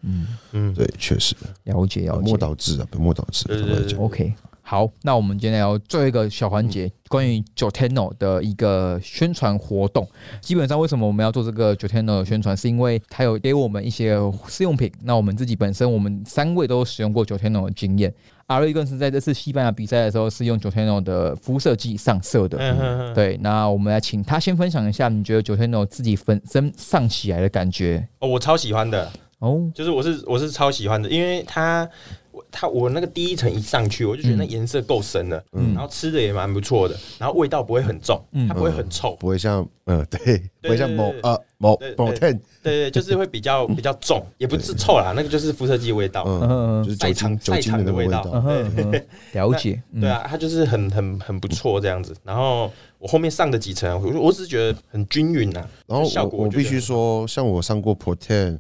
嗯嗯，
对，确实
了解
本
了
末
解。
倒置啊，本末倒置。
对对
坦白
对
讲
OK，好，那我们今天聊最后一个小环节，关于 Joteno 的一个宣传活动。基本上，为什么我们要做这个 Joteno 的宣传，是因为它有给我们一些试用品。那我们自己本身，我们三位都使用过 Joteno 的经验。阿瑞更是在这次西班啊牙比赛的时候是用 Joteno 的肤色剂上色的。
嗯哼哼，
对，那我们来请他先分享一下，你觉得 Joteno 自己本身上起来的感觉
哦，我超喜欢的，
哦？
就是我是我是超喜欢的，因为它我它我那个第一层一上去，我就觉得那颜色够深了，
嗯
然后吃的也蛮不错的，然后味道不会很重，
嗯
它不会很臭，
不会像嗯，对， 不会像某
对对对
呃某
对对
某 ten，
对对，就是会比 较比较重，也不是臭啦，那个就是辐射剂味道，
嗯
嗯，就是酒
赛场
精酒
赛
精
场
的那
的
个
味
味
道
道
嗯。哼嗯哼了解，嗯
对啊，它就是很很很不错这样子。然后我后面上的几层，啊我我只是觉得很均匀啊呐、
然后
效
我
果
我
就觉
必
得
须说，像我上过 Pro Ten，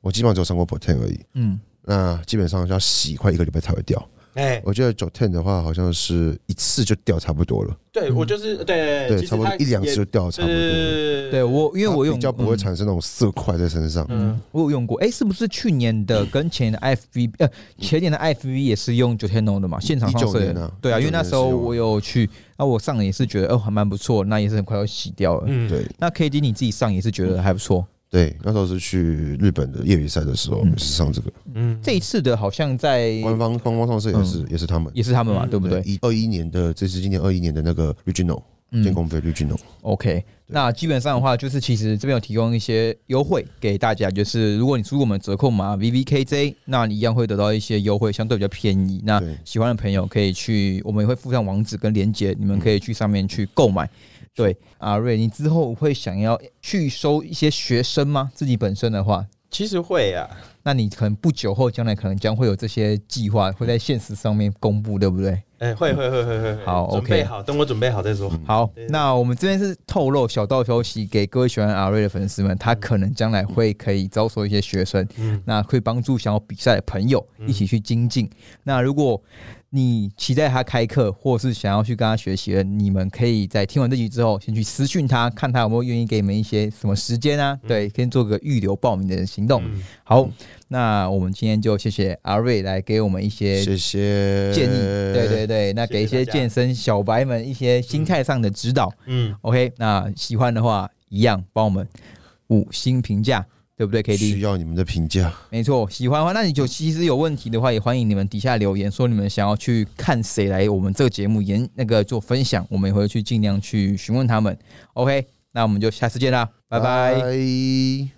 我基本上只有上过 Pro Ten 而已。
嗯，
那基本上要洗快一个礼拜才会掉。
哎，
我觉得九 ten 的话，好像是一次就掉差不多了，
对我就是对
嗯对，
哎其实
差不多
它
一两
也
次就掉差不多了。
对
对我，因为我
它
用
比较不会
嗯
产生那种色块在身上。
嗯，
我有用过，哎、是不是去年的跟前年的 FV 呃前年的 FV 也是用嗯九天龙的嘛？现场放
19
射
年
的
啊
对啊，因为
19
那
年
时候
是用
我有去，那我上也是觉得哦还蛮不错，那也是很快要洗掉了。
嗯
对
那 K D 你自己上也是觉得还不错，
对，那时候是去日本的业余赛的时候，我们是上这个
嗯，
这一次的好像在
官方官方上色也是也是他们。
嗯也是他们嘛，
嗯
对不嗯对？
一二一年的，这是今年二一年的那个绿巨龙
嗯
建工飞绿巨龙，
，OK。那基本上的话，就是其实这边有提供一些优惠给大家，就是如果你输入我们折扣码 V V K J，那你一样会得到一些优惠，相对比较便宜。那
对
喜欢的朋友可以去，我们也会附上网址跟链接，你们可以去上面去购买。对，阿瑞，你之后会想要去收一些学生吗？自己本身的话，
其实会啊，
那你可能不久后将来可能将会有这些计划，会在现实上面公布，对不对？
哎，会会会会会会，
好
准
OK
备好，等我准备好再说。
嗯好
对，
那我们这边是透露小道消息给各位喜欢阿瑞的粉丝们，他可能将来会可以招收一些学生，
嗯
那会帮助想要比赛的朋友一起去精进。那如果你期待他开课，或是想要去跟他学习的，你们可以在听完这集之后，先去私讯他，看他有没有愿意给你们一些什么时间啊？
嗯
对，先做个预留报名的行动。好，那我们今天就谢谢阿瑞来给我们一些
谢谢
建议，对对对，那
谢谢
给一些
大家
健身小白们一些心态上的指导。
嗯，
OK，那喜欢的话一样帮我们五星评价，对不对？K
需
D，
要你们的评价，
没错，喜欢的话，那你就其实有问题的话，也欢迎你们底下留言，说你们想要去看谁来我们这个节目演那个做分享，我们也会去尽量去询问他们。OK，那我们就下次见啦，拜拜
拜